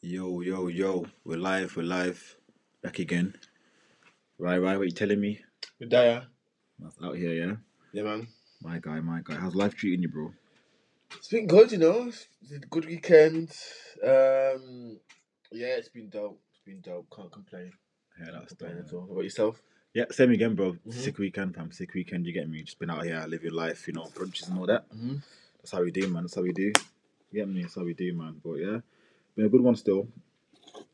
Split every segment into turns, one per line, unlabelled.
Yo, yo, yo. We're live, we're live. Back again. Right, right, what you telling me?
With Daya.
That's out here, yeah?
Yeah, man.
My guy, my guy. How's life treating you, bro?
It's been good, you know. It's it's a good weekend. Um, yeah, it's been dope. It's been dope. Can't complain.
Yeah,
Can't
that's
complain
done.
at all. How about yourself?
Yeah, same again, bro.
Mm-hmm.
Sick weekend, fam. Sick weekend, you get me? Just been out here, live your life, you know, brunches and all that.
Mm-hmm.
That's how we do, man. That's how we do. You get me? That's how we do, man. But yeah, been a good one still.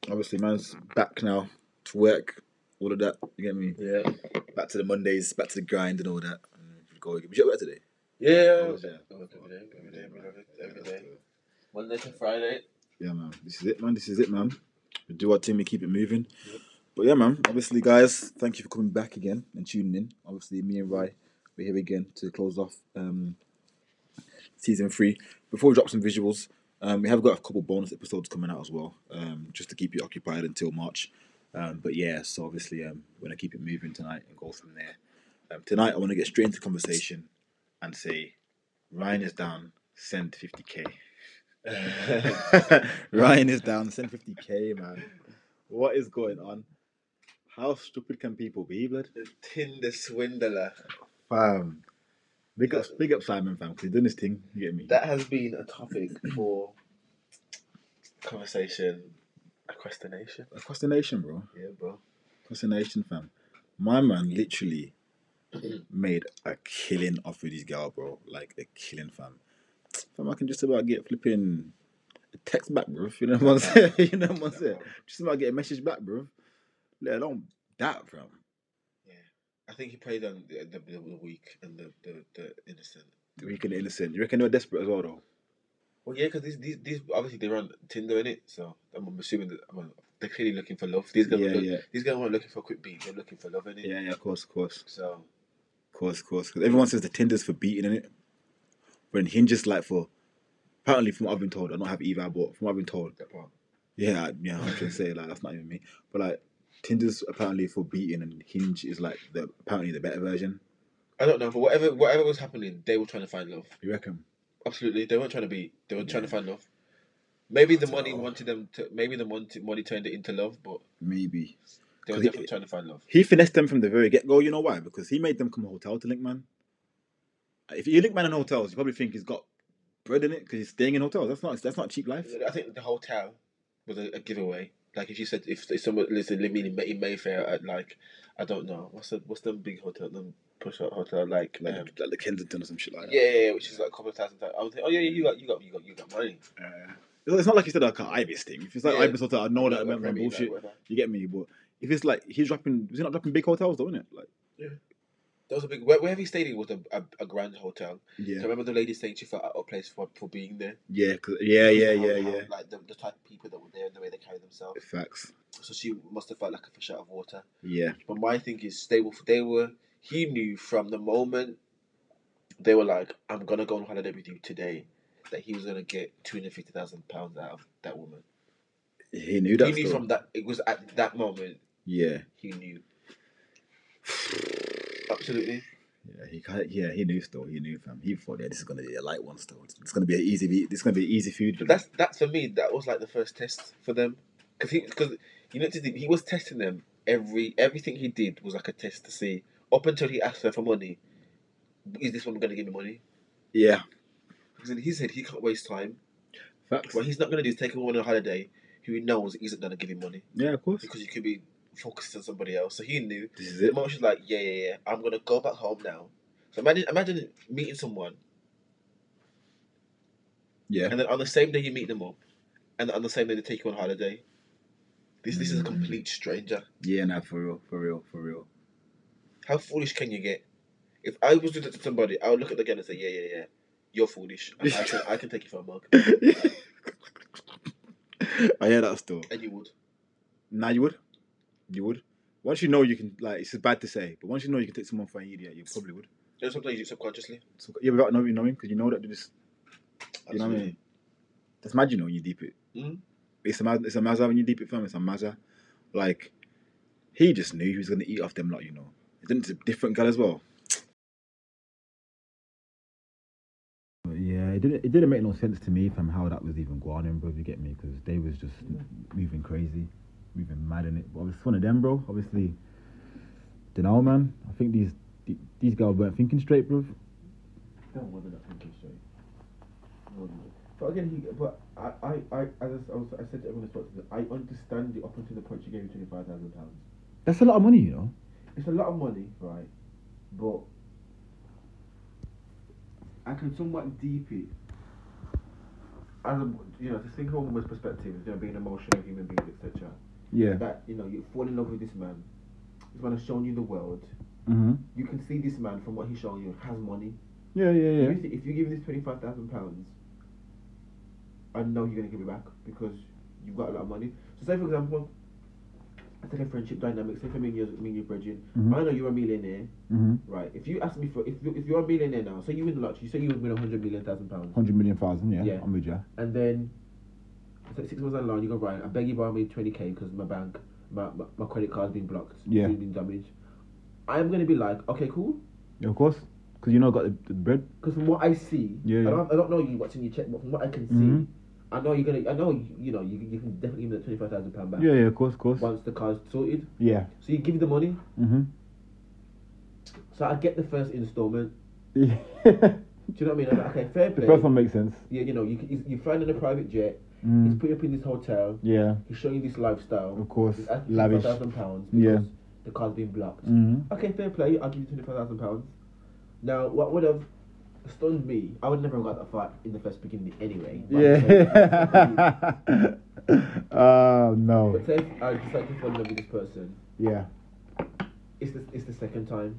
Obviously, man's back now to work, all of that. You get me?
Yeah.
Back to the Mondays, back to the grind and all that. And we go. Did you at work today? I
Yeah.
was, yeah.
I work Mm-hmm.
Yeah,
every day. Every day,
man.
beloved.
Yeah,
Every
that's
day.
the-
Monday to Friday.
Yeah, man. This is it, man. This is it, man. We do our thing, we keep it moving.
Yep.
But yeah, man. Obviously, guys, thank you for coming back again and tuning in. Obviously, me and
Mm-hmm.
Rye, we're here again to close off um, season three. Before we drop some visuals, um, we have got a couple bonus episodes coming out as well, um, just to keep you occupied until March. Um, but yeah, so obviously, um, we're gonna keep it moving tonight and go from there. Um, tonight, I want to get straight into conversation and say Ryan is down. Send fifty k. Ryan is down, send 50k, man. What is going on? How stupid can people be, blood?
the Tinder swindler.
Fam. Big up,
That
big up Simon, fam, because he's done his thing. You get me?
that has been a topic for conversation across the nation.
Across the nation, bro.
Yeah, bro.
Across the nation, fam. My man literally made a killing off with his girl, bro. Like a killing, fam. Fam, I can just about get flipping a text back, bro. You know what I'm saying? you know what I'm
That
saying?
one.
Just about get a message back, bro. Let alone that, fam.
Yeah, I think he played on the the, the, the weak and the, the, the innocent.
We can innocent. You reckon they were desperate as well, though?
Well, yeah, because these, these these obviously they're on Tinder in it, so I'm, I'm assuming that I mean, they're clearly looking for love. These guys
Yeah,
were look,
yeah.
these guys weren't looking for a quick beat; they're looking for love in it.
Yeah, yeah, of course, of course,
So
of course, of course. 'Cause everyone says the Tinder's for beating in it, when Hinge's like for apparently from what I've been told. I don't have either, but from what I've been told,
that part.
yeah, I- yeah, I can say like that's not even me. But like Tinder's apparently for beating, and Hinge is like the apparently the better version.
I don't know, but whatever whatever was happening, they were trying to find love.
You reckon?
Absolutely, they weren't trying to be. They were trying to
Yeah,
find love. Maybe
I
the
don't
money
know.
wanted them to. Maybe the money money turned it into love, but
Maybe
they were
because
definitely
he
trying to find love.
he finessed them from the very get go. You know why? Because he made them come hotel to link man. If you link man in hotels, you probably think he's got bread in it because he's staying in hotels. That's not that's not cheap life.
I think the hotel was a, a giveaway. Like if you said if, if someone lives in living in May- in Mayfair at like I don't know what's the what's the big hotel the push up hotel like
Like
um
like the Kensington or some shit like that.
yeah, yeah, yeah, which
Yeah.
is like a couple of thousand dollars. I was like oh yeah, yeah you got you got you got you got money
Uh, it's not like you said like an Ibis thing. If it's like
yeah
Ibis hotel, I know
whatever
Oh, that went from
whatever you like
bullshit.
whatever
You get me? But if it's like he's dropping, he's not dropping big hotels though, isn't it? Like
yeah. That was a big where, wherever he stayed in was a, a, a grand hotel.
yeah,
So I remember the lady saying she felt out of place for for being there
yeah, 'cause- yeah,
because
yeah,
of how
yeah,
how
yeah.
like the, the type of people that were there and the way they carried themselves.
Facts.
So she must have felt like a fish out of water.
Yeah,
But my thing is, they were, they were, he knew from the moment they were like, I'm gonna go on holiday with you today, that he was gonna get two hundred fifty thousand pounds out of that woman.
he knew
He
that
knew
still.
from that. It was at that moment
Yeah,
he knew absolutely.
yeah, he can't, yeah, he knew still. He knew, fam. He thought, yeah, this is gonna be a light one still. It's gonna be an easy, be- this is gonna be easy food for
But
them.
that's that for me. That was like the first test for them, because he because you know he was testing them every everything he did was like a test to see up until he asked her for money. Is this woman gonna give me money?
Yeah,
Because he said he can't waste time. What
facts.
he's not going to do is take a woman on holiday who he knows isn't going to give him money
Yeah, of course.
because you could be focused on somebody else. So he knew
This is
the
it.
moment she's like, yeah, yeah, yeah, I'm going to go back home now. So imagine, imagine meeting someone
Yeah.
and then on the same day you meet them up and on the same day they take you on holiday. This this is a
Mm.
complete stranger.
Yeah, nah, for real, for real, for real.
How foolish can you get? If I was doing that to somebody, I would look at the guy and say, yeah, yeah, yeah, you're foolish and I can, I can take you for a mug.
I hear that still.
And you would.
Nah, you would. You would. Once you know you can, like, it's bad to say, but once you know you can take someone for an idiot, you probably would.
You know, sometimes you do it subconsciously.
So, yeah, without knowing, knowing, because you know that they just, you know what I
Absolutely.
mean. That's mad, you know, when you deep it.
Mm?
It's a mad, it's a mazza when you deep it, fam. It's a mazza. Like he just knew he was gonna eat off them, like you know. Then it's a different guy as well. Yeah,
didn't. It didn't make no sense to me from how that was even going on, bro. if You get me? Because they was just moving crazy, moving mad in it. But it's one of them, bro. Obviously, dunno, man. I think these th- these guys weren't thinking straight, bro.
Don't worry about thinking straight. No, no. But again, he, but I, I, I, as I, s- I was, I said to everyone I spoke to, I understand it up until the point you gave me twenty five thousand pounds.
That's a lot of money, you know.
It's a lot of money, right? But I can somewhat deep it. As a, you know, to think of a woman's perspective, you know, being emotional, human beings, etc.
Yeah.
That you know, you fall in love with this man. This man has shown you the world.
Mhm.
You can see this man from what he's shown you has money.
Yeah, yeah, yeah.
If, you, if you give this twenty five thousand pounds, I know you're gonna give it back because you've got a lot of money. So say for example, I take a friendship dynamic. Say for me and you, me and you, Bridget.
Mhm.
I know you're a millionaire,
Mhm.
right? If you ask me for if you if you're a millionaire now, say you win the lottery, say you win a hundred million thousand pounds,
Hundred million thousand. Yeah.
Yeah.
I'm with you.
and then I take six months down the line, you go right. I beg you borrow me twenty k because my bank, my, my my credit card's been blocked,
Yeah.
been damaged. I'm gonna be like, okay, cool.
Yeah, of course. Because you know I got the, the bread.
Because from what I see,
Yeah,
I,
yeah.
don't, I don't know you watching your check, but from what I can
Mhm.
see, I know you're gonna, I know you, you know you, you can definitely give me the twenty five thousand pound back
Yeah, yeah. Of course, of course.
once the car's sorted.
Yeah.
So you give me the money,
Mhm.
so I get the first instalment.
Yeah.
Do you know what I mean? I'm like, okay, fair
the
play.
first one makes sense.
Yeah, you know, you, he's, you're flying in a private jet. He's
Mm.
put you up in this hotel.
Yeah.
He's showing you this lifestyle.
Of course.
He's asking
Lavish.
thousand pounds.
Yeah.
because The car's been blocked.
Mhm.
Okay, fair play. I'll give you twenty five thousand pounds. Now, what would have stunned me? I would never have got that far in the first beginning anyway. but-
Yeah. oh no.
But say if I decide to fall in love with this person,
Yeah.
it's the, it's the second time,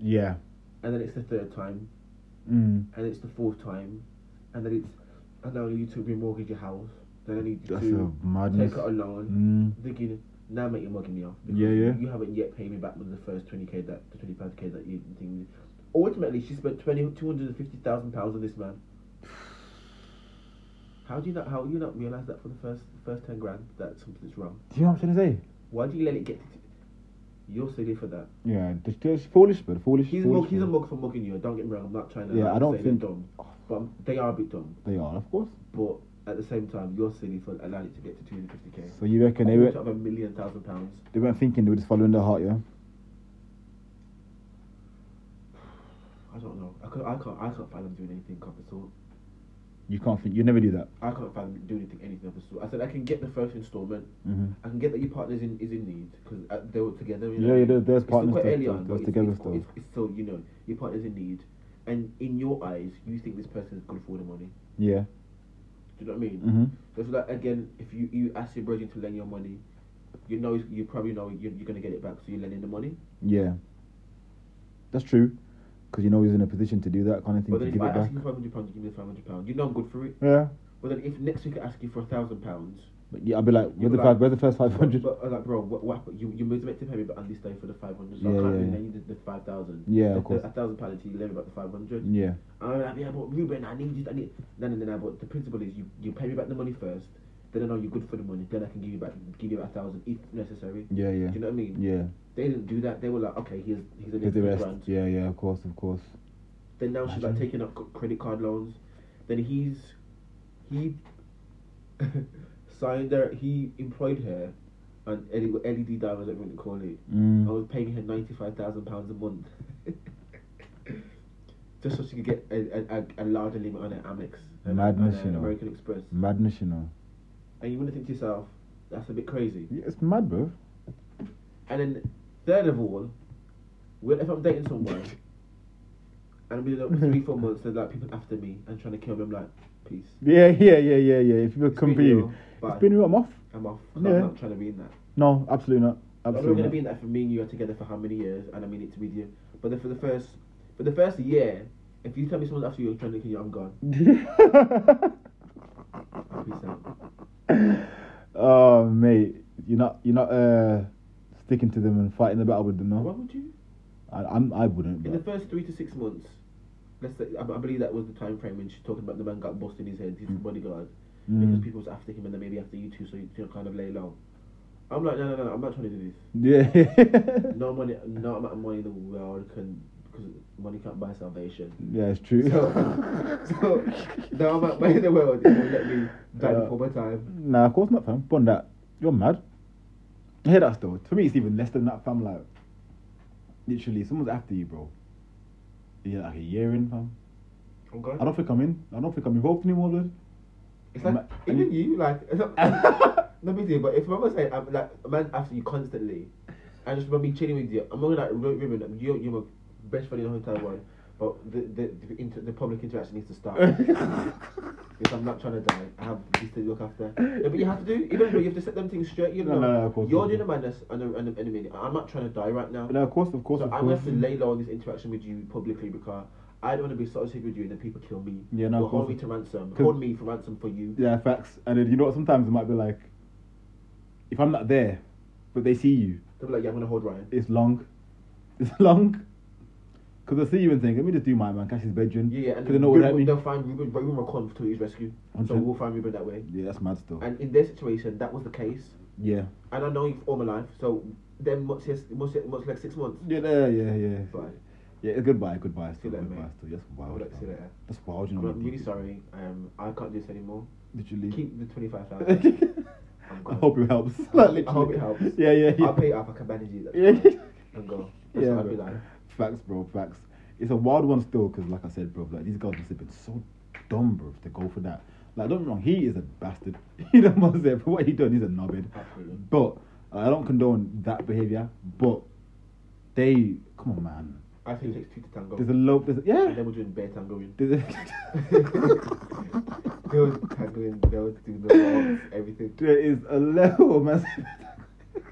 Yeah.
and then it's the third time,
Mm.
and it's the fourth time, and then it's, and now I need to remortgage your house, then I need you
That's
to
a madness.
take out a loan.
Mm.
Thinking, now mate, you're mugging me off.
Yeah, yeah.
You haven't yet paid me back with the first 20k that, the 25k that you think. Ultimately, she spent 20, 250,000 pounds on this man. How do you not, how do you not realise that for the first, first 10 grand that something's wrong?
Do you know what I'm trying to say?
Why do you let it get to, you're silly for that.
Yeah, just, just foolish, but foolish.
He's a, mug,
foolish
he's a
but-
mug for mugging you. Don't get me wrong. I'm not trying to.
Yeah,
like,
I don't
say they're
think-
dumb, but I'm- they are a bit dumb.
They are, of course.
But at the same time, you're silly for allowing it to get to 250k.
So you reckon they
Which
were
of a million thousand pounds?
they weren't thinking they were just following their heart, yeah?
I don't know. I can't. I can't. I can't fathom doing anything of the sort.
You can't think you never do that.
I can't fathom doing anything anything of the sort. I said I can get the first instalment.
Mm-hmm.
I can get that your partner is in is in need because uh, they were together. You
Yeah,
know?
yeah, there- there's
It's still
partners
quite
that-
early
that-
on,
that's
but it's-
together
it's,
still.
It's, it's still you know your partner's in need, and in your eyes, you think this person could afford the money.
Yeah.
Do you know what I mean?
Mm-hmm.
So it's like again, if you, you ask your brethren to lend your money, you know it's- you probably know you're, you're gonna get it back, so you're lending the money.
Yeah. That's true. Because you know he's in a position to do that kind of thing
But
to
then
give
if
it
I
back.
ask you five hundred pounds, you give me five hundred pounds. You know I'm good for it.
Yeah.
But then if next week I ask you for a thousand pounds,
But yeah, I'll be like, where's
be
the
like-
five where's the first five hundred?
But I'm like, bro, what, what happened? You you meant to pay me back on this day for the five hundred. So
Yeah,
I can't
yeah,
really
yeah.
lend you the, the five thousand.
Yeah,
the,
of course.
A thousand pounds, you lend me back the five hundred.
Yeah.
And I'm like, yeah, but Ruben, I need you. I need. No, no, no, no. But the principle is you you pay me back the money first. Then I know you're good for the money. Then I can give you back give you back a thousand if necessary.
Yeah, yeah.
Do you know what I mean?
Yeah.
They didn't do that. They were like, okay, here's here's an
Give the
extra
rest.
grand.
Yeah, yeah, of course, of course.
Then now she's like taking up c- credit card loans. Then he's he signed her. He employed her on L- LED diamonds, whatever you call it. I
Mm.
was paying her ninety five thousand pounds a month. Just so she could get a, a, a, a larger limit on her Amex and uh,
Madness, you know.
American Express.
Madness, you know.
And you want to think to yourself, that's a bit crazy.
Yeah, it's mad, bro.
And then, third of all, when if I'm dating someone and we like three, four months, there's like people after me and trying to kill me, I'm like, peace.
Yeah, yeah, yeah, yeah, yeah. If people
It's
come
been
for you,
real. Bye.
it's been real. I'm off.
I'm off. 'cause
Yeah.
I'm not trying to be in that.
No, absolutely not.
I'm not
Absolutely
going to
not.
be in that for me and you are together for how many years and I'm in it with you. But then for the first, for the first year, if you tell me someone's after you and trying to kill you, I'm gone. Peace out.
oh, mate, you're not, you're not uh, sticking to them and fighting the battle with them,
Why
no.
would you?
I, I'm, I wouldn't.
In the
But
first three to six months, let's say, I, I believe that was the time frame when she's talking about the man got bust in his head, his bodyguard. because
Mm.
people was after him and then maybe after you two, so you can kind of lay low. I'm like, no, no, no, no, I'm not trying to do this.
mm. yeah,
No money, no amount of money in the world can, can because money can't buy salvation.
Yeah, it's true.
So, so now I'm at my inner world. It won't let me die
Yeah.
before my time.
Nah, of course not, fam. Bond that. You're mad. I hear that still. To me, it's even less than that, fam. Like, literally, someone's after you, bro. Yeah, like a year in, fam.
Okay.
I don't think I'm in. I don't think I'm involved anymore, dude.
It's like
Ma-
even you like. It's not, no big deal, but if I was saying I'm like a man after you constantly, I just remember me chilling with you. I'm not like real women. I'm- You're you're my best friend in the whole entire world. But the the the, inter, the public interaction needs to start. Because I'm not trying to die. I have this to look after. No, but you have to do. Even though you have to set them things straight. You know,
No, no, no, of course,
you're
of
doing a madness and a, and a, and a minute. I'm not trying to die right now.
No, of course, of course,
so
of
I'm
course.
gonna have to lay low on this interaction with you publicly because I don't want to be associated with you and then people kill me.
Yeah, no,
Or
of
hold me
course.
to ransom.
'Cause-
Hold me for ransom for you.
Yeah, facts. And then you know what? Sometimes it might be like, if I'm not there, but they see you,
They'll be like, yeah, I'm gonna hold Ryan.
it's long. It's long. Because I see you and think, let me just do my man, catch his bedroom.
Yeah, yeah, and
Because they know what that
Ruben-
means.
they'll find Ruben, Ruben will come to his rescue. So
Hundred.
we'll find Ruben that way.
Yeah, that's mad stuff.
And in their situation, that was the case.
Yeah.
And I know you all my life, so then much less, much, less- much like six months.
Yeah, yeah, yeah, yeah.
Bye.
Yeah, it's goodbye, goodbye, still,
See you later,
goodbye,
mate.
still. That's
I would
wild.
like to see
fam.
that.
That's wild, you know.
I'm
what I
not
mean?
really sorry. Um, I can't do this anymore.
Literally.
Keep the twenty five thousand. I'm
I
gone.
hope it helps.
I hope
literally.
it helps.
Yeah, yeah, yeah.
I'll pay it up. I can manage it.
Yeah,
Yeah. And go. That's
yeah,
what I'd be
bro.
like.
Facts, bro. Facts. It's a wild one still, because like I said, bro, like these guys must have been so dumb, bro, to go for that. Like, don't get me wrong, he is a bastard. you know what I'm saying? For what he done, he's a knobhead.
Absolutely.
But I don't condone that behavior. But they, come on, man.
I think it takes two to tango.
There's a love. There's a,
and
yeah.
then we're doing bare tangoing.
There's a,
they were tangoing. They were doing the walls, everything.
there is a level, man.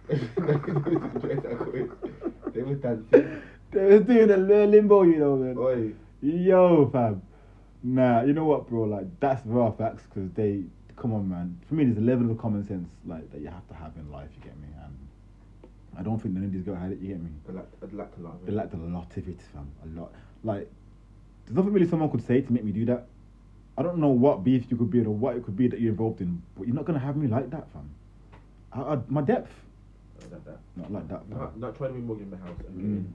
they were dancing.
They was doing a little limbo, you know, man.
Oi.
Yo, fam. Nah, you know what, bro? Like, that's raw facts because they, come on, man. For me, there's a level of common sense like that you have to have in life. You get me? And I don't think none of these girls had it. You get me?
I'd like, I'd like to laugh.
They lacked a lot of it, fam. A lot. Like, there's nothing really someone could say to make me do that. I don't know what beef you could be in or what it could be that you're involved in, but you're not gonna have me like that, fam. I, I, my depth,
I'd like that.
not like that. Fam.
Not, not trying to be mugged in my house. Okay?
Mm.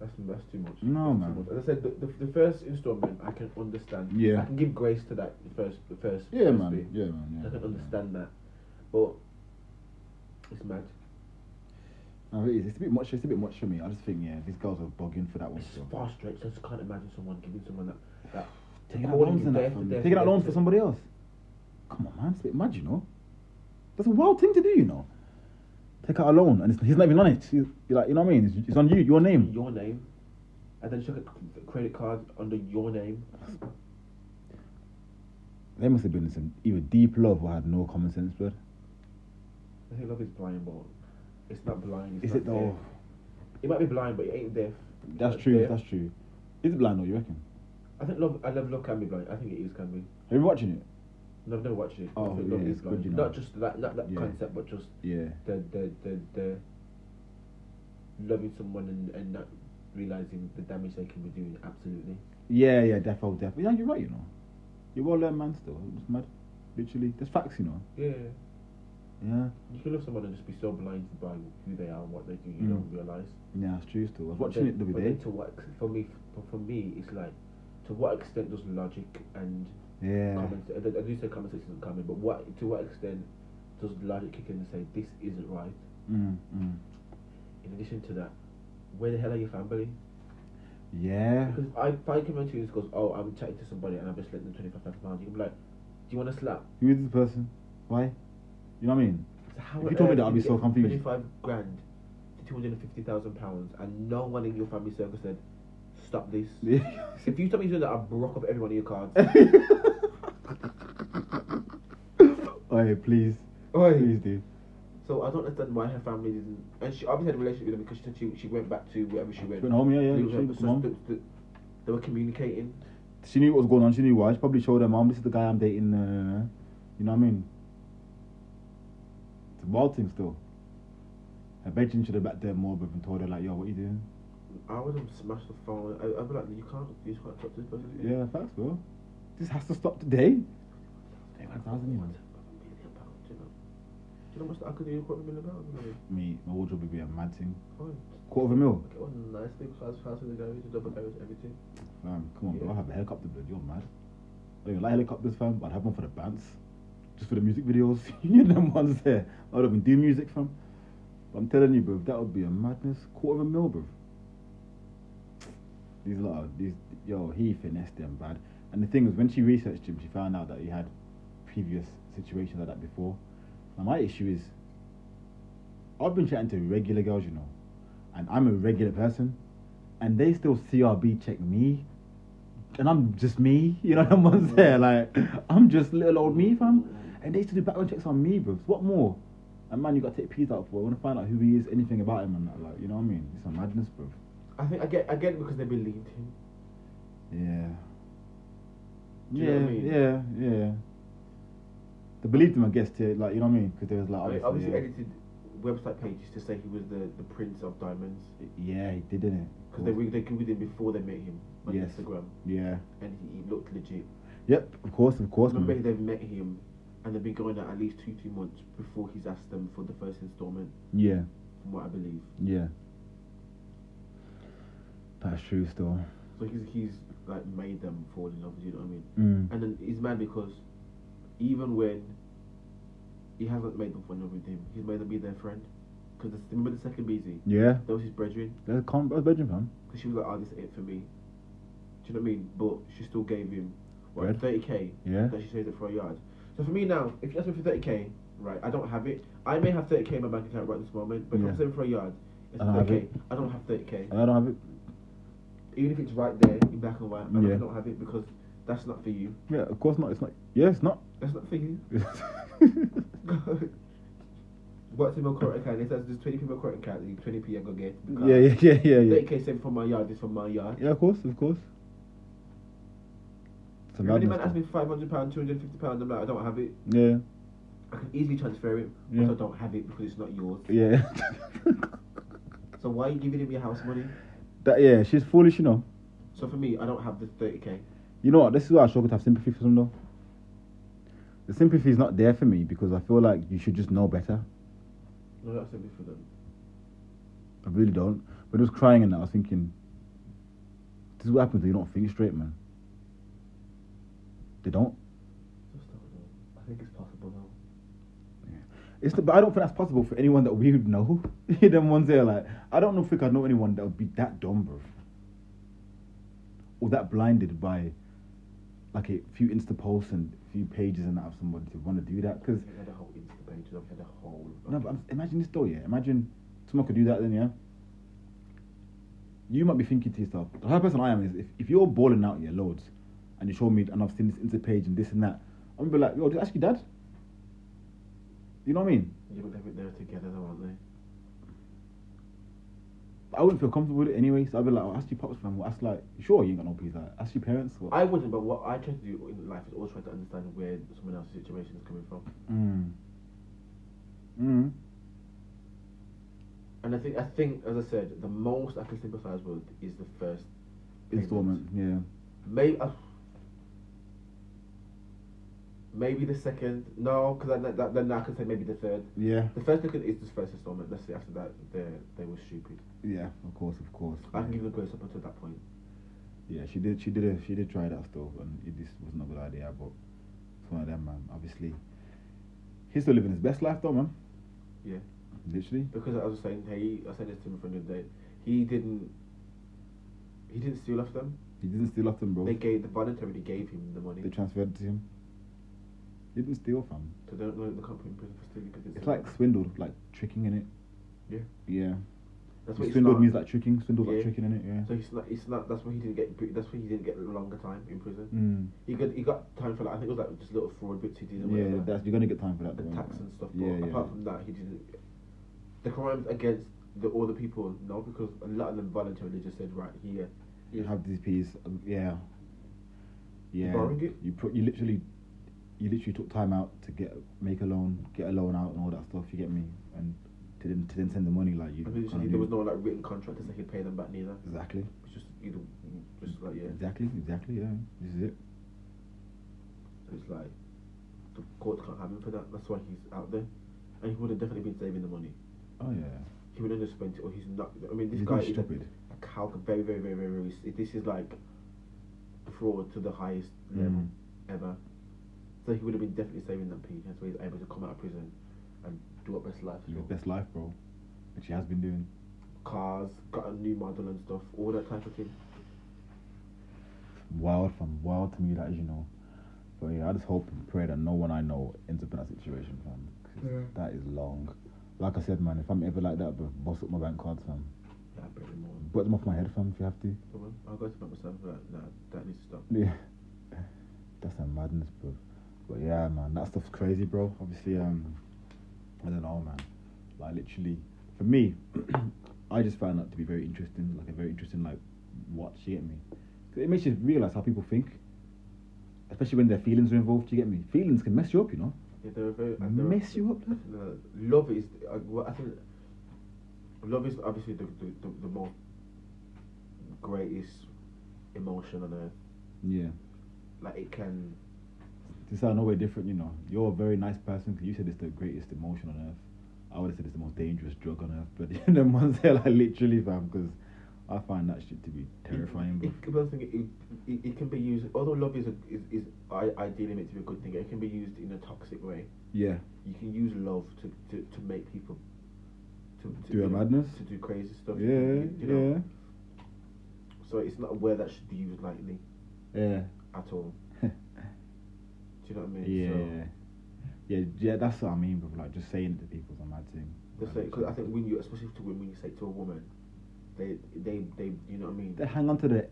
That's, that's too much.
No,
That's too
man.
much. As I said, the, the, the first installment, I can understand.
Yeah.
I can give grace to that the first, the first.
Yeah,
first
man.
bit.
Yeah, man. Yeah.
I can
yeah.
understand that, but it's mad.
No, it is. It's a bit much. It's a bit much for me. I just think, yeah, these girls are bugging for that one.
It's
still.
far stretched. I just can't imagine someone giving someone that. that
Taking out
calling
loans
you
and
there
that,
for
fam.
there
Taking out
there
loans for somebody else. Come on, man. It's a bit mad, you know. That's a wild thing to do, you know. Take out a loan, and it's, he's not even on it. He's, you're like, you know what I mean? It's, it's on you, your name.
Your name, and then check a c- credit card under your name.
They must have been in some either deep love or had no common sense, blood.
I think love is blind, but it's not blind. It's
Is it
not
though?
deaf. It might be blind, but it ain't deaf.
That's
Not
true.
deaf.
That's true. Is it blind though? You reckon?
I think love. I love love can be blind. I think it is can be.
Have you been watching it?
No, I've never watched it.
Oh,
I think
yeah,
love
it's
is blind.
good, you know.
Not just that, not that
Yeah.
concept, but just
Yeah.
the the the, the loving someone and, and not realizing the damage they can be doing. Absolutely.
Yeah, yeah. Deaf old deaf. Yeah, you're right. You know. You're well learned man still. It's mad. Literally, there's facts, you know.
Yeah.
Yeah.
You can love someone and just be so blinded by who they are and what they do. You
Mm.
don't realize.
Yeah, it's true still. I was watching it the
but
other
then
day.
to what ex- for me for, for me it's like to what extent does logic and
Yeah.
common I, do- I do say common sense isn't common, but what to what extent does logic kick in and say this isn't right?
Mm, mm.
In addition to that, where the hell are your family?
Yeah.
Because I if I come into you and goes, oh, I'm chatting to somebody and I just lent them twenty five thousand pounds. You can be like, do you want to slap?
Who is this person? Why? You know what I mean?
So how
If
on
you told me
earth
that, I'd
did
be
you
so
get
confused.
Twenty five grand to two hundred and fifty thousand pounds, and no one in your family circle said, stop this. If you told me to do that, I'd block up every one of your cards.
Oi, please. Please do.
So I don't understand why her family didn't. And she obviously had a relationship with him because she said she, she went back to wherever she went.
She went home, yeah, yeah,
They were-
she went
so
home.
they- they- they were communicating.
She knew what was going on. She knew why. She probably showed her mom, this is the guy I'm dating. Uh, you know what I mean? It's a wild thing still. Her bedroom should have back there more, but told her, like, yo, what you doing?
I would have smashed the phone. I, I'd be like, you can't, you can't talk to this person.
Yeah, facts, bro. This has to stop today.
They
Take my thousand, you know.
a million pounds, you know. you know how much I could do a quarter of a million pounds? man?
Me, my wardrobe would be a mad thing.
Oh,
Quarter of a mil.
okay, what a nice thing, fast, fast in the garage, a double garage, everything.
Fam, come on, bro.
Yeah.
I have a helicopter, blood. You're mad. I don't even like helicopters, fam, but I'd have one for the bands. Just for the music videos. you know them ones there. I would have been doing music, fam. But I'm telling you, bro, that would be a madness. Quarter of a mil, bro. These lot of, these, yo, he finessed them bad. And the thing is, when she researched him, she found out that he had previous situations like that before. Now, my issue is, I've been chatting to regular girls, you know, and I'm a regular person, and they still CRB check me, and I'm just me, you know what I'm saying? Like, I'm just little old me, fam. And they still do background checks on me, bro. What more? And man, you gotta take P's out for. I wanna find out who he is, anything about him, and that, like, you know what I mean? It's a madness, bro.
I think I get, I get it because they believed him.
Yeah.
Do you
Yeah,
know what I mean?
yeah, yeah. They believed him, I guess, to like, you know what I mean? Because there was like,
I mean,
obviously,
obviously
yeah.
edited website pages to say he was the, the prince of diamonds
Yeah, he did, didn't
because they re- they googled him before they met him on
Yes.
Instagram
he? Yeah.
and he, he looked legit.
Yep, of course, of course,
Remember
man.
they've met him and they've been going out at least two three months before he's asked them for the first installment,
Yeah,
from what I believe.
yeah. That's true, still.
So he's he's like made them fall in love. Do you know what I mean?
Mm.
And then he's mad because even when he hasn't made them fall in love with him, he's made them be their friend. Because remember the second BZ,
Yeah,
that was his brethren.
that's calm. That's bedroom, fam.
Because she was like, oh, this ain't for me. Do you know what I mean? But she still gave him what,
Bread.
30k
Yeah,
that she saved up for a yard. So for me now, if you ask me for 30k, right, I don't have it. I may have 30k in my bank account right this moment, but if
Yeah.
I'm saving for a yard, it's
I don't have
30k.
it.
I don't have 30k.
I don't have it.
Even if it's right there in black and white, I
Yeah.
don't have it because that's not for you.
Yeah, of course not. It's not. Yeah, it's not.
That's not for you.
yeah,
What's in my current account? It says there's 20p in my current account, the 20p I go get. because
yeah, yeah, yeah, yeah.
30k saved for my yard is for my yard.
Yeah, of course, of course. It's a
If any
madness.
man asks
though.
me for 500 pounds, 250 pounds, I'm like, I don't have it.
Yeah,
I can easily transfer it,
Yeah.
but I don't have it because it's not yours.
yeah.
So why are you giving him your house money?
that yeah, she's foolish, you know.
So for me, I don't have the 30k.
You know what? This is why I struggle to have sympathy for them though. The sympathy is not there for me because I feel like you should just know better.
No, that's simply for them.
I really don't. But it was crying and I was thinking, this is what happens when you don't think straight, man. They don't.
Just don't know. I think it's possible now.
It's the, but I don't think that's possible for anyone that we would know. Them ones there, like I don't know think I know anyone that would be that dumb, bro, or that blinded by like a few Insta posts and a few pages and that of somebody to want to do that. Because
We had a whole Insta page, and I've had a whole.
no, but I'm- imagine this though, yeah. Imagine someone could do that, then yeah. You might be thinking to yourself, the type of person I am is if, if you're balling out your loads and you show me and I've seen this Insta page and this and that, I'm gonna be like, yo, just ask your dad. You know what I mean?
Yeah, but they're, they're together though, aren't they?
I wouldn't feel comfortable with it anyway, so I'd be like, I'll ask your pops, man. Well, ask, like, sure, you ain't got no peas. Like, ask your parents. Or,
I wouldn't, but what I try to do in life is always try to understand where someone else's situation is coming from.
mm. Mm.
And I think, I think, as I said, the most I can sympathise with is the first payment.
Installment, yeah.
Maybe. Uh, Maybe the second, no, because that, that, then I can say maybe the third.
Yeah,
The first look at is the first installment. Let's see after that they they were stupid.
yeah, of course, of course.
I can give them grace up until that point.
Yeah, she did. She did. A, she did try that stuff, and it, this wasn't a good idea. But it's one of them, man. Obviously, he's still living his best life, though, man.
Yeah.
Literally.
Because I was saying hey I said this to him from the other day. He didn't he didn't steal off them.
He didn't steal off them, bro.
They
They,
gave they voluntarily gave him the money.
transferred to him. He didn't steal from.
So they don't know the company in prison for stealing because it's,
It's like swindled, like tricking in it.
Yeah.
Yeah.
that's what
Swindled
he started.
means like tricking. Swindled
Yeah.
like tricking in it. Yeah.
So he's not he's not that's why he didn't get pre- that's why he didn't get a longer time in prison.
Mm.
He got he got time for like I think it was like just little fraud bits he did and
Yeah,
whatever.
that's, you're gonna get time for that.
the
though,
tax
innit?
and stuff. But
Yeah, yeah.
apart from that, he didn't. The crimes against the all the people, no, because a lot of them voluntarily just said, right here,
You have this piece. um, Yeah. Yeah.
borrowing it?
You put. You literally. You literally took time out to get make a loan, get a loan out, and all that stuff. You get me? And to then to then send the money like you.
I mean,
kinda
literally, there
do.
was no like written contract to say he'd pay them back neither.
Exactly.
It's just either just like yeah,
Exactly. Exactly. Yeah. This is it.
it's like the court can't have him for that. That's why he's out there. and he would have definitely been saving the money.
Oh yeah.
He would have just spent it, or he's not. I mean, this
He's
guy
not
is
stupid.
a calc, very, very, very, very, very. s- This is like fraud to the highest level
Mm.
ever. So he would have been definitely saving that P. That's why he's able to come out of prison and do what best life.
Your best life, bro. Which he has been doing.
Cars, got a new model and stuff, all that type of thing.
Wild from wild to me, that is, you know. But yeah, I just hope and pray that no one I know ends up in that situation, fam. 'Cause That is long. Like I said, man, if I'm ever like that, bro, bust up my bank cards, fam.
Yeah, I bet him more.
Put them off my head, fam, if you have to.
Come on, I'll go to bed myself. But nah, that needs to stop.
Yeah. That's a madness, bro. But yeah, man, that stuff's crazy, bro. Obviously, um, I don't know, man. Like literally, for me, I just found that to be very interesting, like a very interesting like watch. You get me? 'Cause it makes you realize how people think, especially when their feelings are involved. You get me? Feelings can mess you up, you know.
Yeah, they're very. and they're-
Mess you up. man.
No, love is. I, well, I think love is obviously the the, the, the more greatest emotion on earth.
Yeah.
Like it can.
This sound no way different, you know. You're a very nice person 'cause you said it's the greatest emotion on earth. I would have said it's the most dangerous drug on earth, but you know, ones there, like literally, fam, because I find that shit to be terrifying.
It,
Bro.
it, but I think it, it, it can be used. Although love is a, is, is i- ideally meant to be a good thing, it can be used in a toxic way.
Yeah,
You can use love to, to, to make people. To, to
Do a madness?
To do crazy stuff.
yeah,
you- you know.
yeah,
So it's not where that should be used lightly
yeah,
at all. do you know what I mean? So,
yeah, yeah, yeah. That's what I mean, bro. Like just saying it to people's a mad thing.
That's
Like,
it, because I think when you, especially to women, when you say to a woman, they, they, they, you know what I mean?
they hang on to the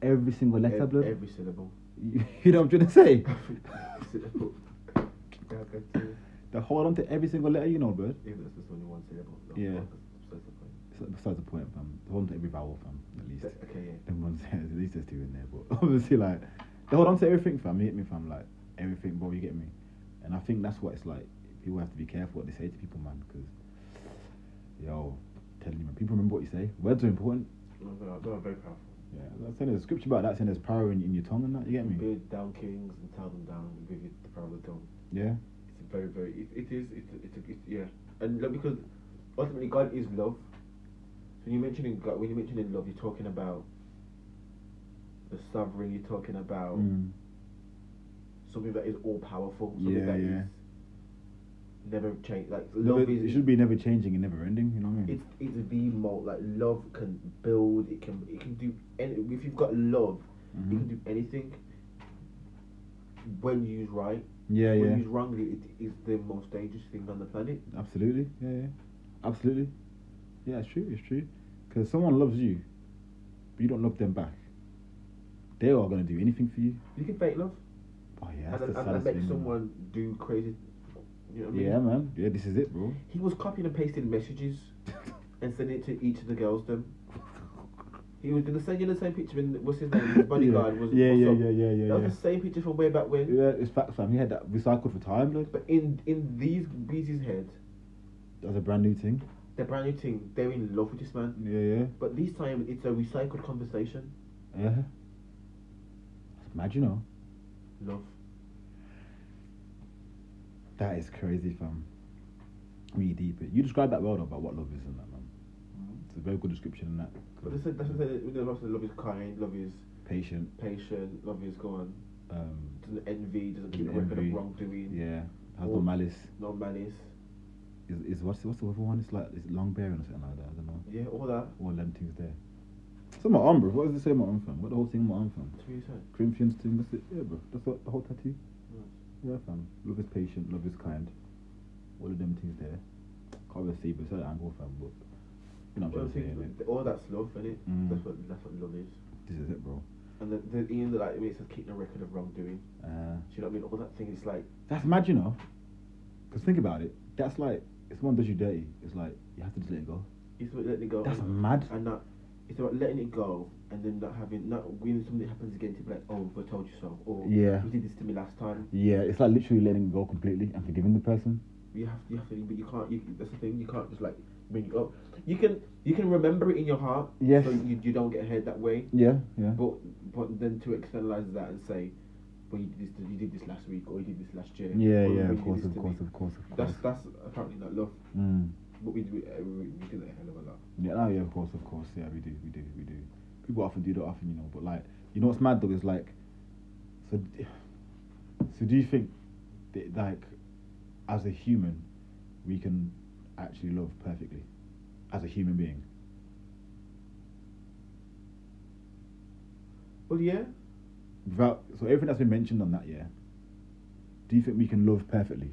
every single
Ev-
letter, bro.
every syllable.
you know what I'm trying to say?
Every syllable. Yeah, I can tell.
they hold on to every single letter, you know, bro.
Even if there's only one syllable. No,
Yeah.
that's- that's the point.
So- Besides the point, fam. They hold on to every vowel, fam. At least.
That- Okay, yeah.
Them ones, at least there's two in there, but obviously, like, they hold on to everything, fam. You get me, fam? Like, everything, bro, you get me? And I think that's what it's like. People have to be careful what they say to people, man, because, yo, telling you, man, people remember what you say. Words are important.
No, they are- they are very powerful.
Yeah, that's saying there's scripture about that, saying there's power in, in your tongue and that, you get me?
Build down kings and tear them down with it- the power of the tongue.
Yeah,
It's a very, very, it, it is, it's, a- it's, a- it's, yeah. And look, because ultimately God is love. So when you're mentioning God, when you're mentioning love, you're talking about the sovereign, you're talking about
Mm.
something that is all powerful, something
Yeah,
that is
yeah.
never change. Like
Never-
love is
it should be never changing and never ending, you know what I mean?
It's it's the most like love can build. It can it can do any. If you've got love,
Mhm.
you can do anything. When used right,
yeah,
when
yeah,
used wrongly, it is the most dangerous thing on the planet.
absolutely, yeah, yeah, absolutely, yeah, it's true, it's true, because someone loves you, but you don't love them back. They are gonna do anything for you.
You can fake love
Oh yeah, that's
and, and,
the
and
saddest
make
thing, man.
someone do crazy. You know what I mean?
Yeah, man. Yeah, this is it, bro.
He was copying and pasting messages and sending it to each of the girls. Them. He was doing the same, you know, the same picture in what's his name? His bodyguard
yeah.
was.
Yeah,
was
yeah,
up.
yeah, yeah, yeah,
That
yeah.
was the same picture from way back when.
Yeah, it's fact, fam. He had that recycled for time, blood.
But in in these BZ's head,
That's a brand new thing.
the brand new thing, they're in love with this man.
Yeah,
But this time it's a recycled conversation.
yeah, yeah. That's mad, you know.
Love.
That is crazy, fam. Really deep. It. You described that well, though, about what love is and that, man. It's a very good description and that.
But that's that's what I said, you know, obviously love is kind, love is
Patient.
patient, love is gone,
Um,
doesn't envy, doesn't keep the
Doesn't
record of
envy.
wrongdoing,
yeah. Has
Or-
no malice.
no malice.
Is is what's what's the other one? It's like is it long bearing or something like that. I don't know.
Yeah, all that.
All them things there. So my arm, bro. What does it say? in My arm, fam. What the whole thing? in My arm, fam.
That's what you said.
Corinthians thing, that's it. Yeah, bro. That's what the whole tattoo. Yeah, fam. Love is patient, love is kind. All of them things there. Can't really see, but it's at an angle, fam. But you know what
All,
I'm trying to say,
things, all that's love, innit?
Mm.
That's what that's what love is.
innit? This is it, bro.
And the the Ian that like it makes us keep the record of wrongdoing.
Uh,
Do you know what I mean? All that thing is like
that's mad, you know. Because think about it. That's like, if someone does you dirty, it's like, you have to just let it go.
it's about letting it go.
That's
and-
mad.
and not it's about letting it go and then not having not when something happens again to be like oh I told you so or
Yeah.
you did this to me last time
Yeah, it's like literally letting go completely and forgiving the person.
you have you have to but you can't you, that's the thing you can't just like bring it up you can you can remember it in your heart
Yes.
so you, you don't get hurt that way
Yeah, yeah.
but but then to externalize that and say but you did this, you did this last week, or you did this last year.
Yeah,
or you
yeah,
did
of course,
this
of
to
course,
me.
of course, of course.
That's that's apparently not love.
Mm.
But we do it. uh, We, we do that a hell of a lot.
Yeah, oh, yeah, of course, of course. Yeah, we do, we do, we do. People often do that often, you know. But like, you know what's mad though is like, so, d- so do you think that like, as a human, we can actually love perfectly, as a human being?
Well, yeah.
Without so everything that's been mentioned on that, yeah. Do you think we can love perfectly?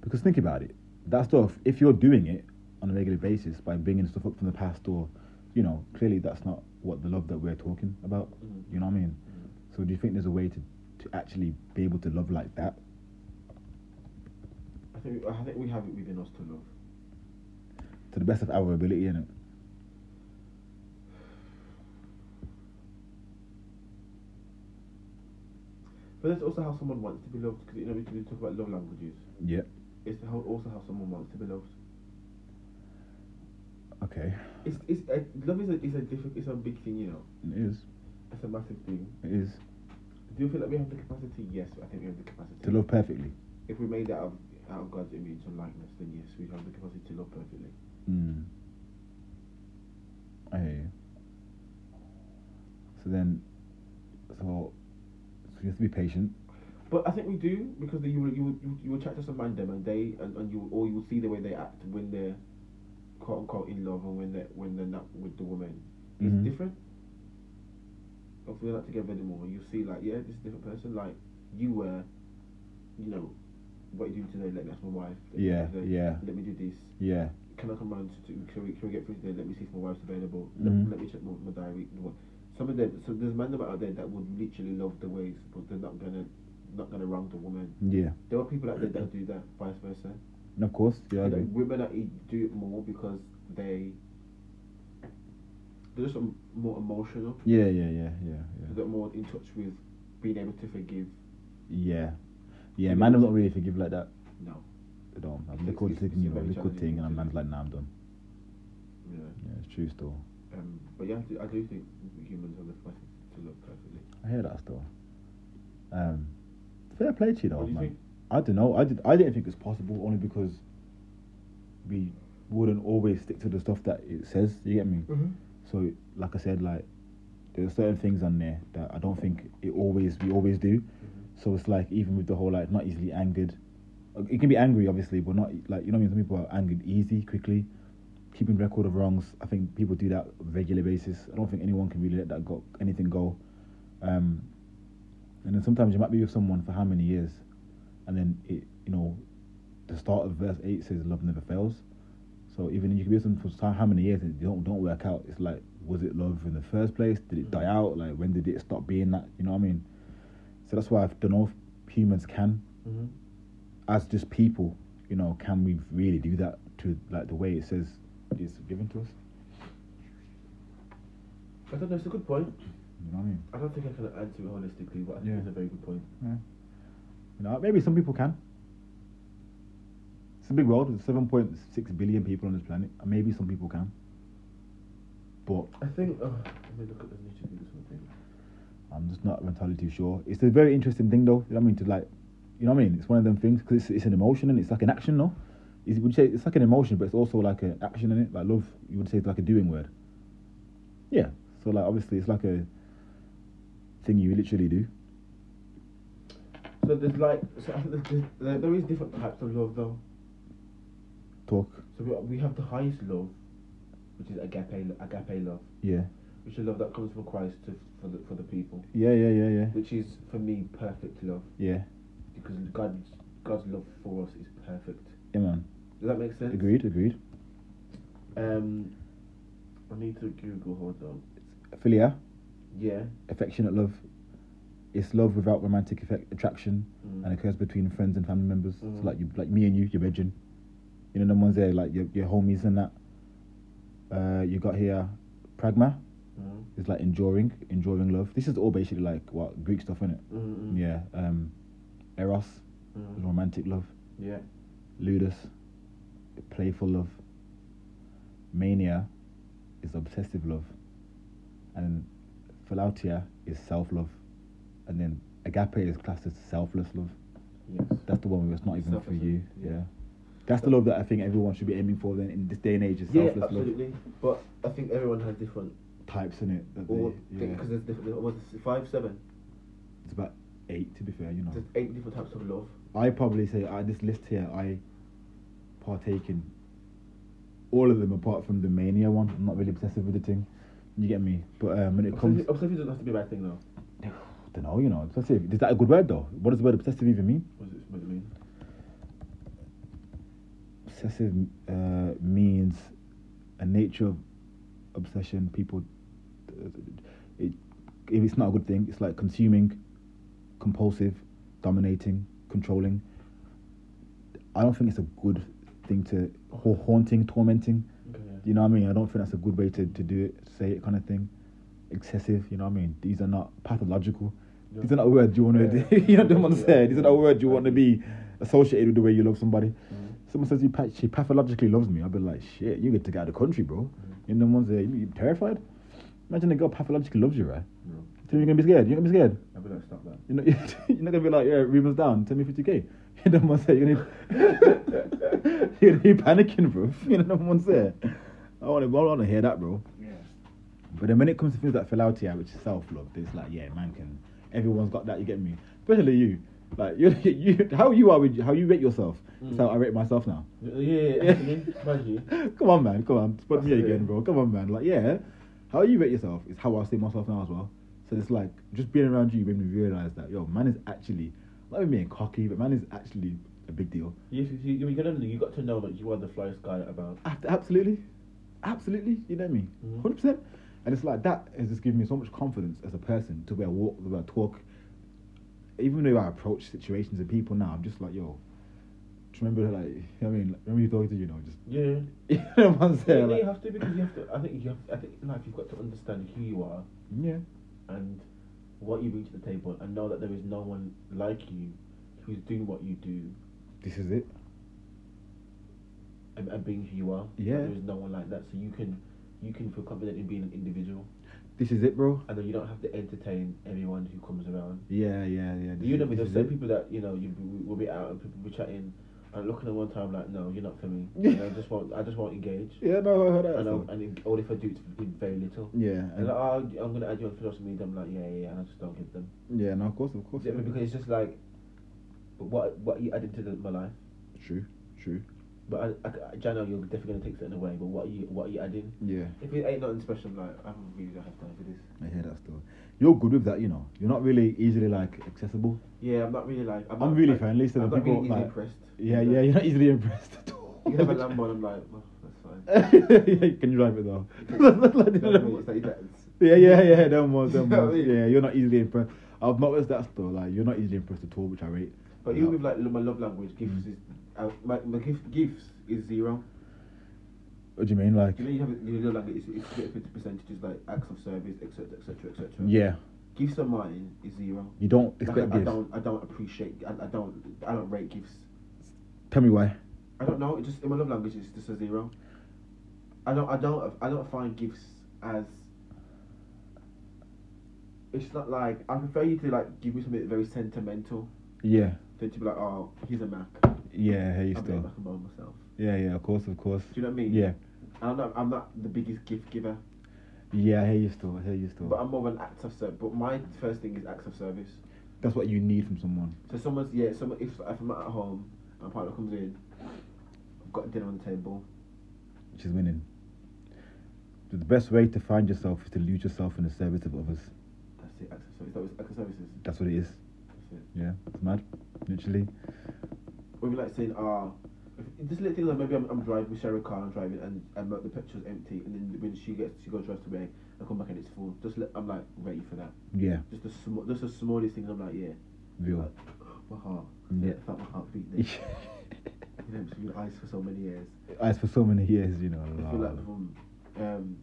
Because think about it, that stuff. If you're doing it on a regular basis by bringing stuff up from the past, or you know, clearly that's not what the love that we're talking about.
Mhm.
You know what I mean?
Mm.
So do you think there's a way to to actually be able to love like that?
I think I think we have it within us to love.
to the best of our ability in it.
But that's also how someone wants to be loved. Because you know we can talk about love languages.
Yeah.
It's how, also how someone wants to be loved.
Okay.
It's it's uh, love is a is a diffi- it's a big thing. You know,
It is.
it's a massive thing.
It is.
Do you feel like we have the capacity? Yes, I think we have the capacity.
To love perfectly.
If we made out of, out of God's image and likeness, then yes, we have the capacity to love perfectly.
Mm. I hear you. So then, so, so you have to be patient.
But I think we do because you will, you will, you, you will chat to some random and they and, and you or you will see the way they act when they're quote unquote in love and when they are when they're not with the woman. It's
Mhm.
different. If we're not together anymore, you see like yeah, this is a different person. Like you were, you know, what you do today? Like that's my wife. Let me
Yeah,
do this.
yeah.
Let me do this.
Yeah.
Can I come round to, to can, we, can we get through today? Let me see if my wife's available.
Mhm.
Let, let me check my, my diary. Some of them, so there's men out there that would literally love the ways, but they're not gonna, not gonna wrong the woman.
Yeah.
There are people out there that do that, vice versa.
And of course, yeah, I
And
agree.
then women that do it more because they, they're just um, more emotional.
Yeah, yeah, yeah, yeah, yeah.
They're more in touch with being able to forgive.
Yeah. Yeah, man, I'm not really forgive like that.
No,
At all. I'm
It's-
look good
it's- it's
thing, you
a
know,
very
look good thing,
challenging
and I'm
thing to
man's like, nah, I'm done.
yeah.
Yeah, it's true still.
Um, but yeah, I do, I do think humans have the capacity to love perfectly.
I hear that still. Um, fair play to you though,
What do you
man.
think?
I don't know. I did. I didn't think it's possible only because we wouldn't always stick to the stuff that it says. You get me?
Mm-hmm.
So, like I said, like there are certain things on there that I don't think it always we always do. So it's like even with the whole like not easily angered. Uh, It can be angry, obviously, but not like you know what I mean. Some people are angered easy, quickly. Keeping record of wrongs, I think people do that on a regular basis. I don't think anyone can really let that go anything go. Um, and then sometimes you might be with someone for how many years, and then it you know, the start of verse eight says love never fails. So even if you can be with someone for so- how many years and it don't don't work out, it's like was it love in the first place? Did it die out? Like when did it stop being that? You know what I mean? So that's why I don't know if humans can,
Mm-hmm.
as just people, you know, can we really do that to like the way it says it's given to us?
I don't know. It's a good point.
You know what I mean?
I don't think I can answer it holistically, but I think
Yeah.
it's a very good point.
You know, maybe some people can. It's a big world. There's seven point six billion people on this planet. and Maybe some people can. But
I think. Oh, let me look at the nitty or something.
I'm just not entirely too sure. It's a very interesting thing, though. You know what I mean? To like, you know what I mean? It's one of them things because it's, it's an emotion and it's like an action, no? Is would you say it's like an emotion, but it's also like an action in it. Like love, you would say it's like a doing word. Yeah. So like, obviously, it's like a thing you literally do.
So there's like, so I think there's, there's, there, there is different types of love though.
Talk.
So we, we have the highest love, which is agape, agape love,
Yeah.
which is love that comes from Christ to, for the for the people,
Yeah. Yeah. Yeah. Yeah.
which is for me perfect love
Yeah.
because God God's love for us is perfect.
Yeah, man.
Does that make sense?
Agreed. Agreed.
Um, I need to Google. Hold on.
Philia,
Yeah.
affectionate love. It's love without romantic effect, attraction.
Mm.
and occurs between friends and family members. So
Mhm.
like you, like me and you, your bedroom. You know, the ones there, like your, your homies and that. Uh, you got here, pragma
Mm.
is like enduring, enduring love. This is all basically like what Greek stuff, innit?
Mm-mm.
Yeah. Um, eros, is
Mm.
romantic love.
Yeah.
Ludus, playful love. Mania, is obsessive love. And philautia is self love. and then agape is classed as selfless love.
Yes.
That's the one where it's not even
Selfless
for
love,
you.
yeah.
Yeah. That's the love that I think everyone should be aiming for. Then in this day and age, is
Yeah,
selfless love
absolutely. But I think everyone has different
types in it. That
all
they, yeah.
because there's different. there's Almost five, seven.
It's about eight, to be fair. You know,
There's eight different types of love.
I probably say I this list here. I partake in all of them apart from the mania one. I'm not really obsessive with the thing. You get me? But um, when it comes,
Obsessive, obsessive doesn't have to be a bad thing though.
I don't know. You know, obsessive. Is that a good word though? What does the word obsessive even mean?
What does it, what does it mean?
Obsessive uh, means a nature of obsession. People, uh, it, if it's not a good thing, it's like consuming, compulsive, dominating, controlling. I don't think it's a good thing to or haunting, tormenting.
Okay, yeah.
You know what I mean? I don't think that's a good way to, to do it, say it kind of thing. Excessive, you know what I mean? These are not pathological. These are not words you want to,
Yeah.
you know what I'm
Yeah.
saying? These are not words you want to be associated with the way you love somebody.
Mm-hmm.
Someone says you pa- she pathologically loves me. I'll be like, shit, you get to get out of the country, bro.
Mm.
You know, one's there, you, you terrified? Imagine a girl pathologically loves you, right?
No.
Tell me you're gonna be scared. You're gonna be scared.
I'm gonna stop that.
You know, you're not gonna be like, yeah, Reba's down. Tell me 50k. You know what I'm saying? You're gonna, you're gonna be panicking, bro. You know what I'm saying? I want to, I want to hear that, bell.
Yeah.
But then when it comes to things like Philatia, which is self love, it's like, yeah, man can. Everyone's got that. You get me? Especially you. Like you, you how you are with how you rate yourself. That's
Mm.
how I rate myself now.
Yeah, yeah, yeah. actually, mind you.
come on, man. Come on. Spot me
That's it.
again, bro. Come on, man. Like, yeah. How you rate yourself is how I see myself now as well. So it's like just being around you made me realize that yo, man is actually not even being cocky, but man is actually a big deal.
You, you, you, you, gotta- you got to know that you are the flyest guy about.
Ab- Absolutely, absolutely. You know me,
Mhm.
100 percent. And it's like that has just given me so much confidence as a person to where I walk, the way I talk. Even though I approach situations and people now, I'm just like yo. do you Remember, like, I mean, remember you talking to you know, just
Yeah.
you know what I'm
Yeah,
saying?
you
Like,
have to because you have to. I think you have. I think in life you've got to understand who you are
yeah,
and what you bring to the table, and know that there is no one like you who's doing what you do
this is it.
and, and being who you are.
Yeah.
there is no one like that, so you can you can feel confident in being an individual,
This is it, bro.
and then you don't have to entertain everyone who comes around.
Yeah, yeah, yeah. this
You
is-
know, me,
this
there's
is
some
it.
people that you know you we- we'll be out and people will be chatting and looking at one time like, no, you're not for me. And I just won't. I just won't engage.
Yeah, no, I heard that.
And, I'll,
song.
and all if I do, it's been very little.
yeah,
And
and,
like, oh, I'm gonna add you on social media. I'm like, yeah, yeah, yeah, and I just don't give them.
yeah, no, of course, of course.
Yeah, but because it's just like, but what what you added to the, my life.
True, true.
But I, I, I know you're definitely gonna take something away. But what are you what are you adding?
Yeah.
If it ain't nothing special, I'm like I really don't have time for this.
I hear that still. You're good with that, you know. You're not really easily like accessible.
Yeah, I'm not really like I'm,
I'm
not,
really
like,
friendly, so
I'm
the
not
people
really easily
like-
impressed.
Yeah, yeah, you're not easily impressed at all.
You have a Lambo, and I'm like, oh, that's fine.
yeah, can you drive it though?
You know what I mean? It's like, it's like- it's-
yeah, yeah, yeah. Them ones,
You
them
know what I
ones.
mean?
Yeah, you're not easily impressed. I've noticed that still. Like you're not easily impressed at all, which I rate.
But even with like lo- my love language, gifts
Mm.
is uh, my, my gift, gifts is zero.
What do you mean, like?
You know, you have a- your love language. It's, it's split into percentages like acts of service, etc., etc., etc.
Yeah,
Gifts of mine is zero.
you don't
Like, I,
expect
I
gifts.
don't. I don't appreciate. I, I don't. I don't rate gifts.
Tell me why.
I don't know. It just in my love language, it's just a zero. I don't. I don't. I don't find gifts as. It's not like I prefer you to like give me something very sentimental
Yeah,
than to be like, oh, he's a Mac.
yeah. I hear you
I'm a
still.
Mac and roll myself.
Yeah, yeah. Of course, of course.
Do you know what I mean?
Yeah,
And I'm not. I'm not the biggest gift giver,
yeah. I hear you still. I hear you
but
still.
I'm more of an act of service. But my first thing is acts of service.
That's what you need from someone.
So someone's yeah. Someone if, if I'm at home, my partner comes in, I've got dinner on the table.
She's winning. The best way to find yourself is to lose yourself in the service of others.
That's it. Acts of service. That was acts of services.
That's what it is.
That's it.
Yeah, it's mad. Literally.
Or even like saying, ah, if just little things like maybe I'm, I'm driving, we share a car, I'm driving, and, and like, the petrol's empty, and then when she gets, she goes drives away, I come back and it's full. Just let, I'm like ready for that.
Yeah,
Just the small, just the smallest things. I'm like, yeah,
real.
my heart,
Yeah.
yeah, I felt my heart beat there. you know, it's been ice for so many years.
As for so many years, you know.
I feel like
lol.
from, um,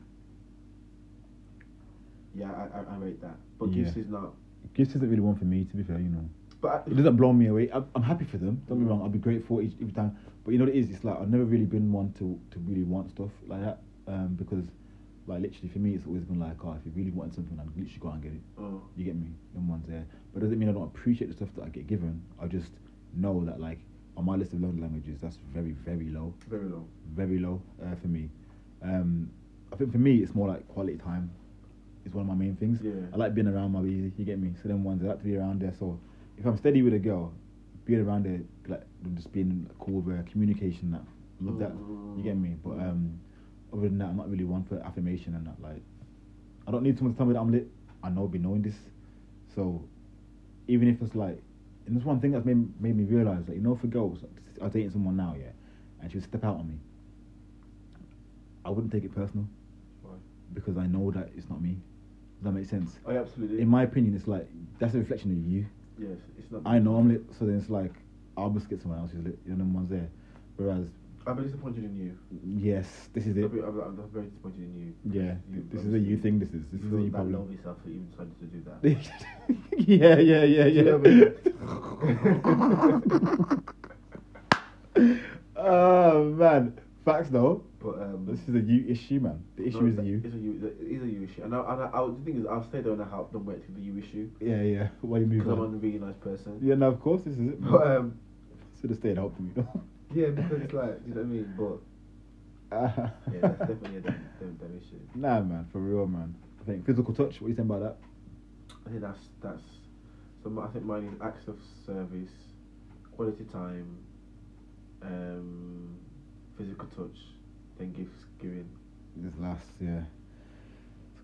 yeah, I, I, I rate that, but
Yeah.
gifts is not.
Gifts isn't really one for me, to be fair, you know.
But
It doesn't blow me away. I'm, I'm happy for them, don't be wrong. I'll be grateful each, every time. But you know what it is? It's like I've never really been one to, to really want stuff like that um, because Like literally for me, it's always been like, oh, if you really want something, I'd literally go out and get it.
Oh.
You get me? Them ones there. But doesn't mean I don't appreciate the stuff that I get given. I just know that like on my list of learned languages, that's very very low,
Very low.
very low uh, for me. Um, I think for me, it's more like quality time. Is one of my main things.
Yeah.
I like being around my baby. You get me? So them ones I like to be around there. So if I'm steady with a girl, being around her, like just being cool with her, communication, that love that. You get me? But um, other than that, I'm not really one for affirmation and that. Like, I don't need someone to tell me that I'm lit. I know, be knowing this. So, even if it's like, and that's one thing that's made, made me realize, like, you know, for girls, I'm dating someone now, yeah, and she would step out on me. I wouldn't take it personal
Why?
because I know that it's not me. Does that make sense?
Oh, yeah, absolutely.
In my opinion, it's like that's a reflection of you.
yes, it's not.
I know I'm lit, so then it's like I'll just get someone else who's lit. You know, the ones there. Whereas,
I've been disappointed in you.
yes, this is it.
I've been, I've, I'm very disappointed in you.
Yeah,
You-
this is a you thing. This is this is a
You
you
that
problem.
love yourself that you decided to do that.
yeah, yeah, yeah,
You know
yeah.
what I mean?
oh man, facts though.
but um,
This is a you issue, man. The issue
no,
is
that-
the you.
It's a you. that- It is a you issue. And I, and I, I, the thing is, I'll stay there and I help them work through the you issue
Yeah, yeah. Why you move
because I'm
on?
a really nice person.
Yeah, no, of course this is it.
But um,
Should have stayed out for me though.
yeah, because it's like, do you know what I mean? But yeah, that's definitely a them, them, them issue.
Nah, man, for real, man. I think physical touch. What you saying about that?
I think that's that's. So my, I think mine is acts of service, quality time, um, physical touch, then gifts giving.
This last, yeah.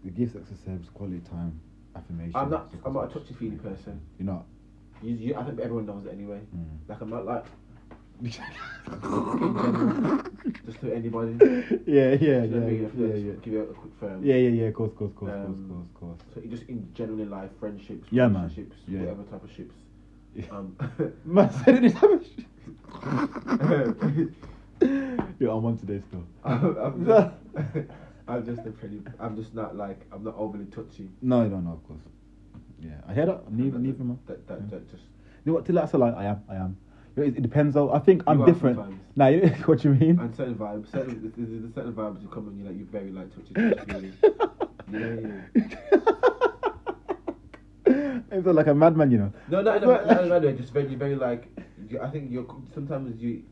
The gifts, exercise, quality time, affirmation.
I'm not.
physical
I'm not a
touch.
touchy feely person.
You're not.
You, you, I think everyone knows it anyway.
Mm.
Like I'm not like just to anybody.
yeah, yeah, yeah,
Do you know what I mean? If
yeah,
you
yeah,
just
yeah.
Give it a quick firm.
Yeah, yeah, yeah. Course, course, course,
Um,
course, course,
So just in general in life, friendships,
Yeah, man.
relationships,
Yeah.
whatever type of ships.
course.
Um,
Man said it Yo, I'm on today still.
I'm, I'm just, I'm just a pretty. I'm just not like. I'm not overly touchy.
No, no, no, of course. Yeah, I hear that. Neither,
That-
neither, man.
That that, that just.
You know what? Till that's a lie. I am, I am. You know, It, it depends though. I think I'm
are
different.
sometimes.
Nah, you what you mean?
And certain vibes, certain there's- there's there's certain vibes you come and you're like you're very like touchy. touchy yeah, yeah.
I feel like a madman, you know.
No, no, no, no, no, no, just very, very like. You, I think you're sometimes you,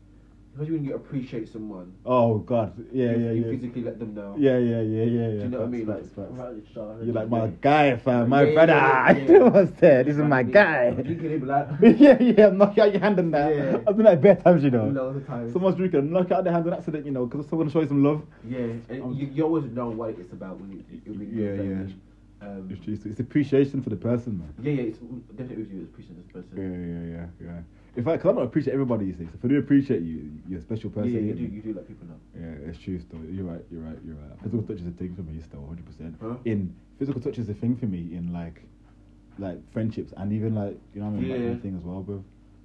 especially when you appreciate someone,
Oh God, yeah,
you,
yeah,
you
yeah.
physically let them know.
Yeah, yeah, yeah, yeah, yeah.
Do you know what I mean?
Facts, facts, facts.
Right, sure,
You're like
yeah.
my guy, fam, my
Yeah,
brother.
yeah, yeah.
You know what's there? This is my
Like,
guy.
you can even like
yeah, yeah, I'm knocking out your hand on that.
Yeah.
I've done that bare times, you know.
loads of times.
Someone's drinking, knock out their hand on accident, you know, because someone show you some love.
Yeah, and you, you always know what it's about when it, it really
Yeah, yeah.
goes down. Um,
It's, just, it's appreciation for the person, man.
yeah, yeah, it's definitely with you as appreciating this person.
Yeah, yeah, yeah, yeah. In fact, because I don't appreciate everybody, you see. So if I do appreciate you, you're a special
Yeah,
person.
yeah, you
innit?
do, you do let people know.
Yeah, it's true still. You're right, you're right, you're right. Physical touch is a thing for me still, hundred percent.
Huh?
In physical touch is a thing for me in like like friendships and even like you know what I mean, like
Yeah.
everything as well, bruv.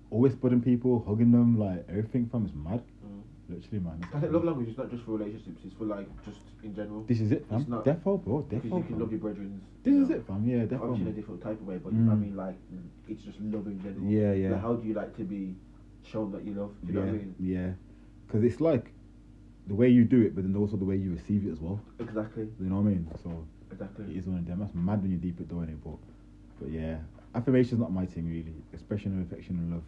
Always putting people, hugging them, like everything from is mad.
Mm.
Literally man. It's
I think
like-
love language is not just for relationships; it's for like just in general.
This is it, fam.
It's not-
Defo, bro,
Because you
defo.
can
fam.
love your brethren.
This
you
is
know.
it, fam. Yeah, defo.
Obviously in a
man.
different type of way, but
Mm.
I mean, like it's just love in general.
Yeah, yeah.
Like, how do you like to be shown that you love? Do you know what I mean?
Yeah, yeah. Because it's like the way you do it, but then also the way you receive it as well.
Exactly,
You know what I mean? So
exactly.
It is one of them. That's mad when you deep it though, innit? But, but yeah, affirmation's not my thing really. Expression of affection and love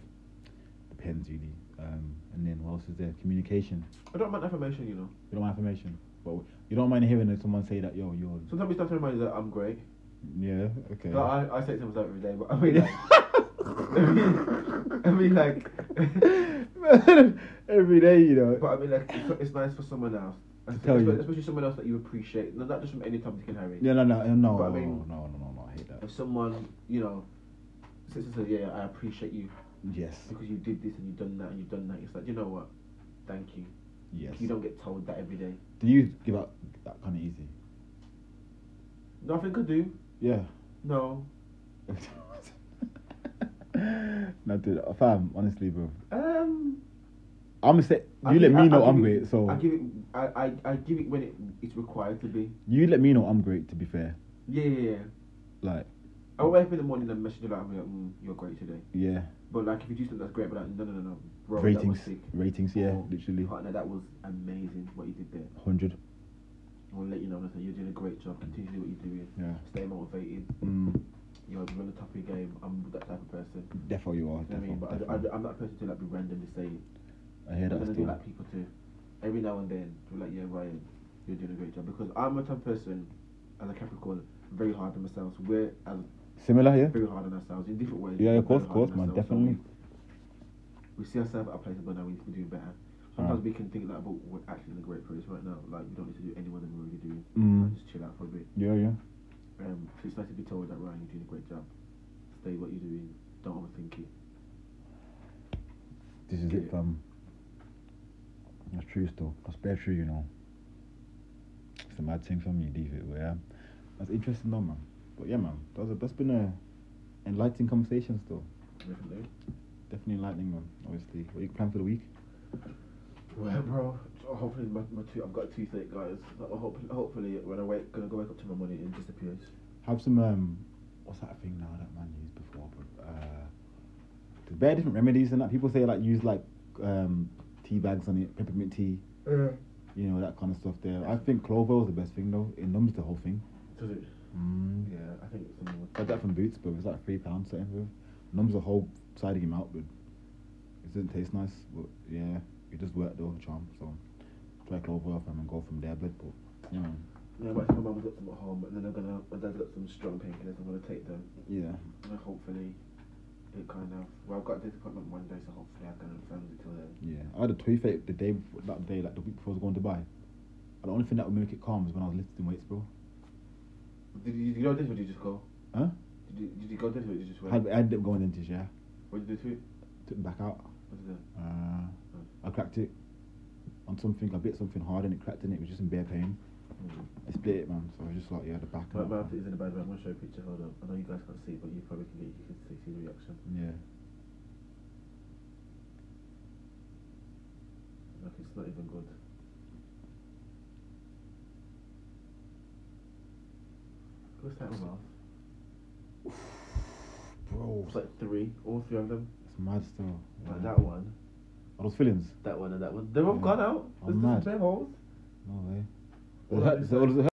depends really. Um, and then what else is there? Communication.
I don't mind affirmation, you know.
You don't mind affirmation, but you don't mind hearing someone say that, yo, you're,
Sometimes it's not to remind you that I'm great.
yeah, okay.
Like, I, I say it to myself every day, but I mean, like, I mean, I mean, like,
Every day, you
but
know.
I mean, like, it's, it's nice for someone else,
To tell you.
especially, especially someone else that you appreciate. No, not just from any Tom, Dick, and Harry.
Yeah, no, no, no, no,
But I
no,
mean-
no, no, no, I hate that.
If someone, you know, says, says, yeah, I appreciate you
Yes,
because you did this and you've done that and you've done that. It's like, you know what? Thank you.
yes.
You don't get told that every day.
Do you give up that kind of easy?
Nothing could do.
Yeah.
No.
no, dude, fam, honestly, bro.
Um.
I'm gonna say
I
you let
give-
me
I-
know
I
I'm
give it-
great. So
I give it. I, I, I give it when it, it's required to be.
you let me know I'm great. To be fair,
Yeah, yeah, yeah.
like
I wake up in the morning and message you like, I'm like, mm, you're great today.
yeah,
But like, if you do something that's great, but like, no, no, no, no, bro, that was
ratings,
sick.
ratings, yeah,
Oh,
literally
partner, that was amazing what you did there.
hundred.
I want to let you know that you're doing a great job. Continue to do what you're doing.
Yeah.
Stay motivated.
Mm,
You know, be on the top of your game. I'm that type of person.
defo you are.
You know what I mean? But
Defo,
I,
defo.
I, I'm not a person to like be randomly saying.
I hear
I'm
that
gonna do
still.
like people too. Every now and then, we're like, yeah, Ryan, you're doing a great job because I'm a type of person, as a Capricorn, very hard on ourselves. We're as
Similar here.
very hard on ourselves in different ways.
Yeah,
but very
of course,
hard
of course,
on
man,
ourselves. So
definitely.
We, we see ourselves at a place where now we need to be doing better. Sometimes we can think like, but we're actually in a great place right now. Like we don't need to do any more than we're already doing.
Mm.
Like, just chill out for a bit.
Yeah, yeah.
Um, so it's nice to be told that Ryan, you're doing a great job. Stay what you're doing. Don't overthink it.
This is it, fam. That's true still. That's bare true, you know. It's a mad thing for me, leave it. But yeah, that's interesting though, man. But yeah, man, that was a, that's been a enlightening conversation still.
Definitely.
Definitely enlightening, man. Obviously, what you plan for the week?
Well, bro, hopefully my, my tooth, I've got a toothache, guys. Hopefully, hopefully when I wake, gonna go wake up tomorrow morning, it disappears.
Have some um, what's that thing now that man used before? But uh, there's bare different remedies and that. People say like use like um tea bags on it, peppermint tea,
Yeah.
you know that kind of stuff. There, I think clover was the best thing though. It numbs the whole thing.
Does it?
Mm.
Yeah, I think it's something.
Got that from Boots, but it was like three pounds something with. Numbs the whole side of your mouth, but it doesn't taste nice. But yeah, it just worked though, charm. So try clover off and go from there, but but yeah, man.
Yeah, I might tell my mum got some at home, and then I'm gonna. My dad's got some strong painkillers. I'm gonna take them,
yeah,
and hopefully, it kind of. Well, I've got this appointment Monday, so hopefully I can film it till then.
yeah. I had a toothache the day before, that day, like the week before I was going to Dubai. But the only thing that would make it calm is when I was lifting weights, bro.
Did you, did you go this or did you just go?
Huh?
Did you, did you go this or did you just
I
wait?
had, I ended up going into yeah,
What did you do to it?
took it back out.
What did you do?
Uh, I cracked it on something. I bit something hard and it cracked in it. It was just in bare pain.
Mm.
I split it, man. So I was just like, yeah, the back.
My,
and that,
my
man.
outfit is in a bad way. I'm gonna show you a picture. Hold on. I know you guys can't see, it, but you probably can get you can see, see the reaction.
Yeah.
Like it's not even good. What's that about?
Bro,
It's like three, all three of them.
it's mad still.
Like
Yeah.
that one,
Are those fillings?
that one, and that one. They've all
Yeah.
gone out.
I'm
There's
mad.
just bare holes.
No way.
Well,
Does it-
it's
does it-